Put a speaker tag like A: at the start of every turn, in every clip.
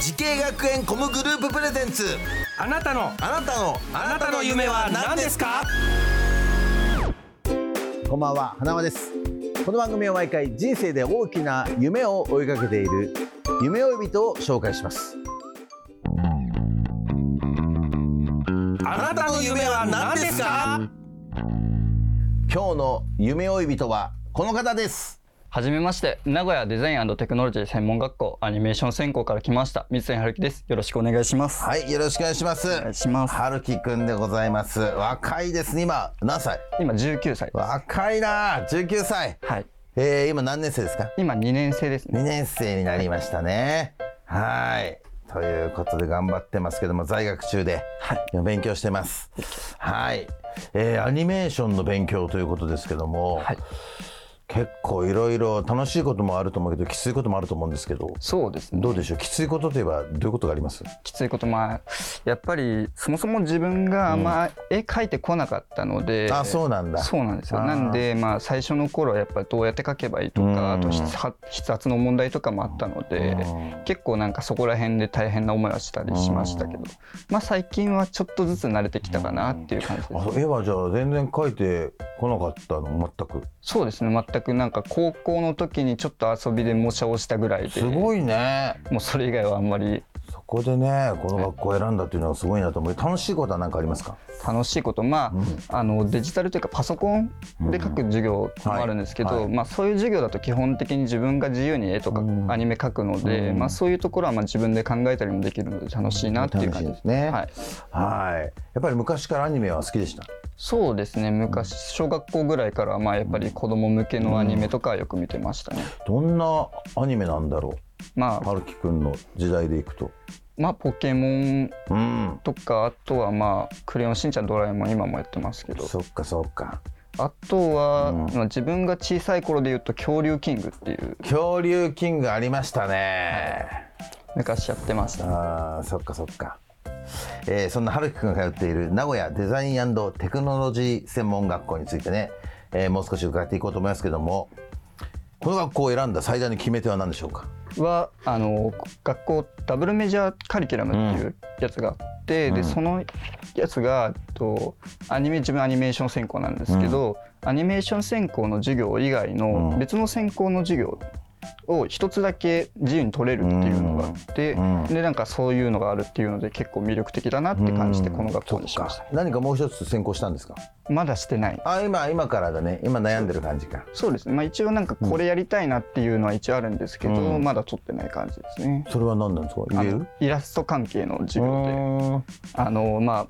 A: 時系学園コムグループプレゼンツ
B: あなたの
A: あなたのあなたの夢は何ですか
C: こんばんは花輪ですこの番組は毎回人生で大きな夢を追いかけている夢追い人を紹介します
A: あなたの夢は何ですか
C: 今日の夢追い人はこの方です
D: はじめまして、名古屋デザインテクノロジー専門学校アニメーション専攻から来ました水谷春樹です。よろしくお願いします。
C: はいよろしくお願いします
D: お願いします。
C: はるきくんでございます若いですね今何歳
D: 今19歳です。は
C: 若いな19歳
D: い。
C: えー、今何年生ですか
D: 今2年生ですね。
C: 2年生になりましたねはいということで頑張ってますけども在学中で
D: はい
C: 勉強してますはい、えーアニメーションの勉強ということですけども、
D: はい
C: 結構いろいろ楽しいこともあると思うけどきついこともあると思うんですけど
D: そうですね。
C: どうでしょうきついことといえばどういうことがあります
D: きついことまあやっぱりそもそも自分があんま絵描いてこなかったので、
C: あそうなんだ
D: そうなんですよ
C: あー
D: なんでまあ最初の頃はやっぱりどうやって描けばいいとか
C: う
D: あ
C: ん
D: と筆筆圧の問題とかもあったので結構なんかそこら辺で大変な思いはしたりしましたけどまあ最近はちょっとずつ慣れてきたかなっていう感じで
C: あ
D: す
C: 絵はじゃあ全然描いてこなかったの全く
D: そうですね全くなんか高校の時にちょっと遊びで模写をしたぐらいです
C: ごいね
D: もうそれ以外はあんまり
C: そこでねこの学校を選んだっていうのはすごいなと思う楽しいことは何かありますか
D: 楽しいことまあ,、あのデジタルというかパソコンで書く授業もあるんですけど、
C: はいはい
D: まあ、そういう授業だと基本的に自分が自由に絵とか
C: うん
D: アニメ書くので、
C: うん
D: まあ、そういうところはまあ自分で考えたりもできるので楽しいなっていう感じです。
C: すね
D: はい、
C: はい、やっぱり昔からアニメは好きでした
D: そうですね昔小学校ぐらいからはまあやっぱり子供向けのアニメとかはよく見てましたね、
C: どんなアニメなんだろ
D: ま
C: う
D: あ、
C: はるきくんの時代でいくと
D: まあポケモン
C: うん
D: とかあとはまあ「クレヨンしんちゃんドラえもん」今もやってますけど
C: そっかそっか
D: あとは、
C: うん
D: まあ自分が小さい頃で言うと「恐竜キング」っていう
C: 恐竜キングありましたね、
D: 昔やってました
C: あーそっかそっか、えーそんなはるきくんが通っている名古屋デザインテクノロジー専門学校についてね、えーもう少し伺っていこうと思いますけどもこの学校を選んだ最大の決め手は何でしょうか
D: はあの学校ダブルメジャーカリキュラムっていうやつがあって、
C: うん
D: でそのやつがえっとアニメ自分アニメーション専攻なんですけど、アニメーション専攻の授業以外
C: う
D: の
C: ん
D: 別の専攻の授業を一つだけ自由に取れるっていうのがあって、
C: うんうん
D: でなんかそういうのがあるっていうので結構魅力的だなって感じて
C: うん
D: この学校にしまし
C: そ
D: た
C: っか何かもう一つ先行したんですか
D: まだしてない
C: あ今今からだね今悩んでる感じか
D: そうですねまあ一応なんかこれやりたいなっていうのは一応あるんですけど、
C: うん
D: まだ取ってない感じですね
C: それは何なんですか言え
D: あ
C: る
D: のイラスト関係の授
C: う
D: 業で
C: ーん
D: あのまあ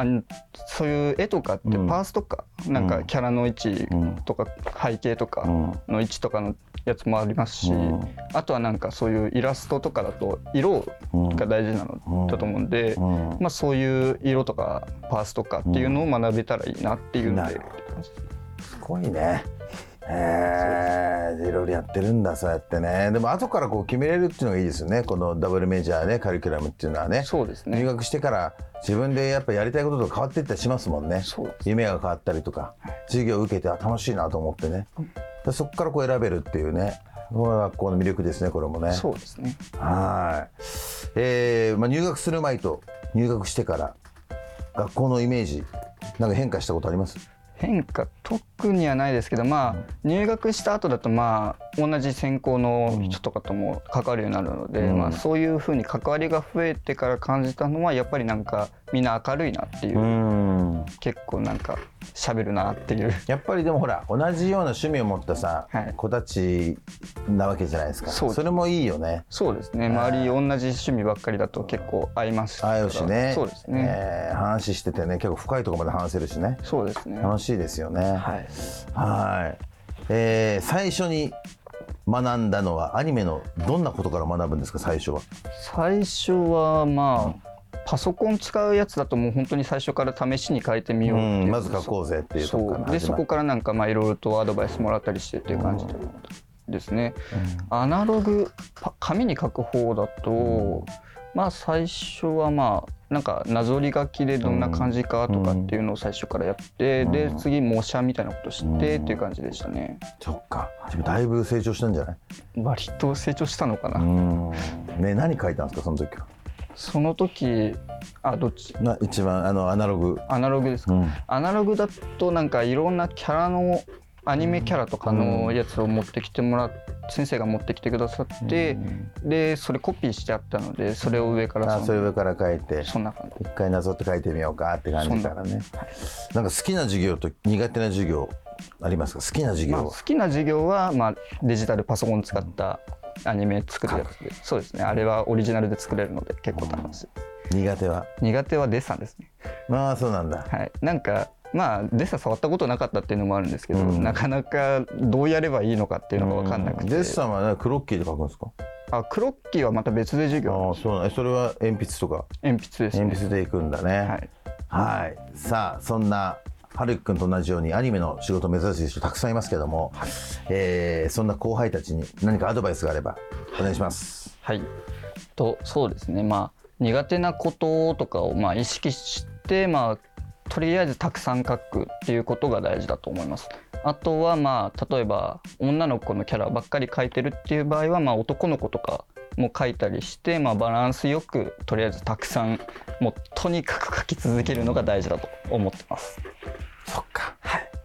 D: あんそういう絵とかってパ
C: うん
D: ースとか、なんかキャラの位置
C: うん
D: とか背景とか
C: うん
D: の位置とかのやつもありますし、
C: うん
D: あとはなんかそういうイラストとかだと色が大事なのだと思うんで、
C: うん
D: まあ、そういう色とかパースとかっていうのを学べたらいいなっていうの
C: な
D: で、
C: るほすごいね。えー、いろいろやってるんだそうやってねでも後からこう決めれるっていうのがいいですよねこのダブルメジャーねカリキュラムっていうのはね
D: そうです
C: 入
D: ね
C: 学してから自分でやっぱやりたいこととか変わっていったりしますもんね
D: そうです
C: 夢が変わったりとか授業を受けてあ楽しいなと思ってねでそこからこう選べるっていうねこの学校の魅力ですねこれもね
D: そうですね
C: はい、えーまあ、入学する前と入学してから学校のイメージなんか変化したことあります
D: 変化特にはないですけどまあ入学した後だとまあ同じ専攻の人とかとも関わるようになるので、
C: うん
D: まあ、そういうふうに関わりが増えてから感じたのはやっぱりなんかみんな明るいなっていう、
C: ん
D: 結構なんか喋るなっていう
C: やっぱりでもほら同じような趣味を持ったさ、
D: はい
C: 子たちなわけじゃないですか
D: そ
C: そ
D: うです
C: れもいいよね
D: そうですね周り同じ趣味ばっかりだと結構合いますから
C: 会うしね
D: そうですね、
C: えー話しててね結構深いところまで話せるしね
D: そうですね
C: 楽しいですよね
D: はい
C: はい、えー最初に学んだのはアニメのどんなことから学ぶんですか最初は。
D: 最初はまあパソコン使うやつだともう本当に最初から試しに変えてみようってい
C: う
D: う
C: んまず書こうぜっていうとこ
D: そ
C: から
D: うで
C: 始
D: そ
C: ま
D: こ
C: る
D: からなんかまあいろいろとアドバイスもらったりしてっていう感じでですね、アナログパ紙に書く方だと、まあ最初はまあなんかなぞり書きでどんな感じかとかっていうのを最初からやって、で次模写みたいなことしてっていう感じでしたね、
C: そっかでもだいぶ成長したんじゃない、
D: 割と成長したのかな、
C: ね、何書いたんですかその時は
D: その時あどっち
C: な一番あのアナログ、
D: アナログですか、
C: うん
D: アナログだとなんかいろんなキャラのアニメキャラとかのやつを持ってきてもらっ先生が持ってきてくださって、でそれコピーしてあったのでそれを上から
C: あ
D: そ
C: それ
D: の
C: 上から書いて
D: そんな感じ
C: 一回なぞって書いてみようかって感じからねなんか好きな授業と苦手な授業ありますか好きな授
D: まあ
C: 業
D: 好
C: は、
D: きな授業は、まあ、デジタルパソコン使ったアニメ作るやつでそうですねあれはオリジナルで作れるので結構楽しい、
C: 苦手は
D: 苦手はデッサンですね
C: まあそうなんだ
D: はいなんかまあデッサン触ったことなかったっていうのもあるんですけど、なかなかどうやればいいのかっていうのが分かんなくて、
C: デッサンはねクロッキーで書くんですか
D: あクロッキーはまた別で授業
C: ああそうなんだそれは鉛筆とか
D: 鉛筆ですね
C: 鉛筆でいくんだね
D: はい
C: はい、さあそんなはるきくんと同じようにアニメの仕事を目指す人たくさんいますけども、えーそんな後輩たちに何かアドバイスがあればお願いします。
D: はい。とそうですね。まあ苦手なこととかをまあ意識してまあとりあえずたくさん書くっていうことが大事だと思います。あとはまあ例えば女の子のキャラばっかり書いてるっていう場合はまあ男の子とかも書いたりしてまあバランスよくとりあえずたくさんもうとにかく書き続けるのが大事だと思ってます。
C: そっか、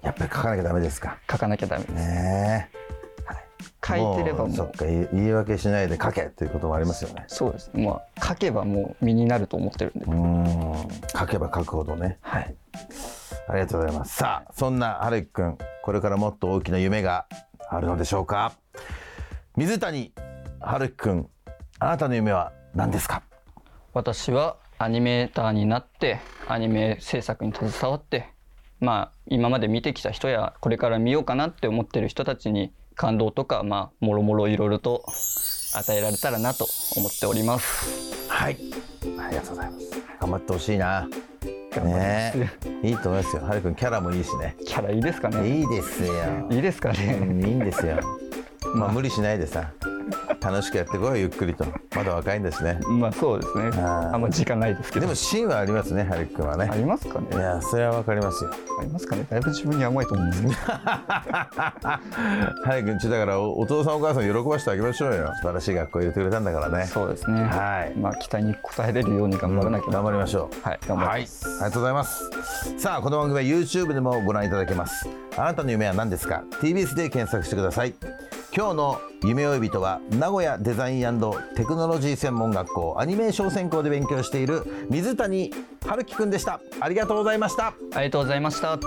C: やっぱり書かなきゃダメですか。
D: 書かなきゃダメです。
C: ねえ、
D: 書いてればもう
C: そっか言い言い訳しないで書けっていうこともありますよね。
D: そうですね。まあ書けばもう身になると思ってるんで。
C: うーん、書けば書くほどね。はい。ありがとうございます。さあ、そんなはるきくん、これからもっと大きな夢があるのでしょうか。水谷はるきくん、あなたの夢は何ですか。
D: 私はアニメーターになってアニメ制作に携わってまあ今まで見てきた人やこれから見ようかなって思ってる人たちに感動とかまあもろもろいろいろと与えられたらなと思っております
C: はい。ありがとうございます。頑張ってほしいな。ねえ、いいと思いますよ。はるくんキャラもいいしね。
D: キャラいいですかね
C: いいですよ。
D: いいですか
C: う
D: ね
C: んいいんですよ。まあ無理しないでさ、楽しくやってこいゆっくりと。まだ若いんですね。
D: まあそうですね
C: あー
D: あんま時間ないですけ
C: で
D: ど
C: も芯はありますね、はるくんは
D: あ
C: ね。
D: りますかね
C: いや、それはわかりますよ。
D: ありますかねだいぶ自分に甘いと思うんですけど
C: はるくんちだからおお父さんお母さん喜ばしてあげましょうよ。素晴らしい学校入れてくれたんだからね。
D: そうですね
C: はい
D: まあ期待に応えれるように頑張らなきゃ
C: 頑張りましょう
D: はい頑張ります
C: はい、ありがとうございますさあこの番組は YouTube でもご覧いただけますあなたの夢は何ですか TBS で検索してください今日の夢追い人は名古屋デザインテクノロジー専門学校アニメーション専攻で勉強している水谷春樹くんでしたありがとうございました
D: ありがとうございました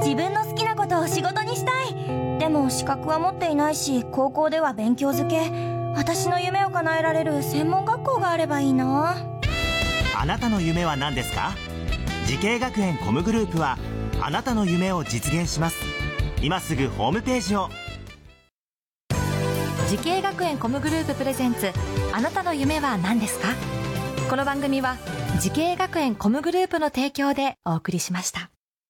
E: 自分の好きなことを仕事にしたいでも資格は持っていないし高校では勉強づけ私の夢を叶えられる専門学校があればいいな
F: あなたの夢は何ですか時系学園コムグループはあなたの夢を実現します今すぐホームページを
G: 時系学園コムグループプレゼンツあなたの夢は何ですかこの番組は時系学園コムグループの提供でお送りしました。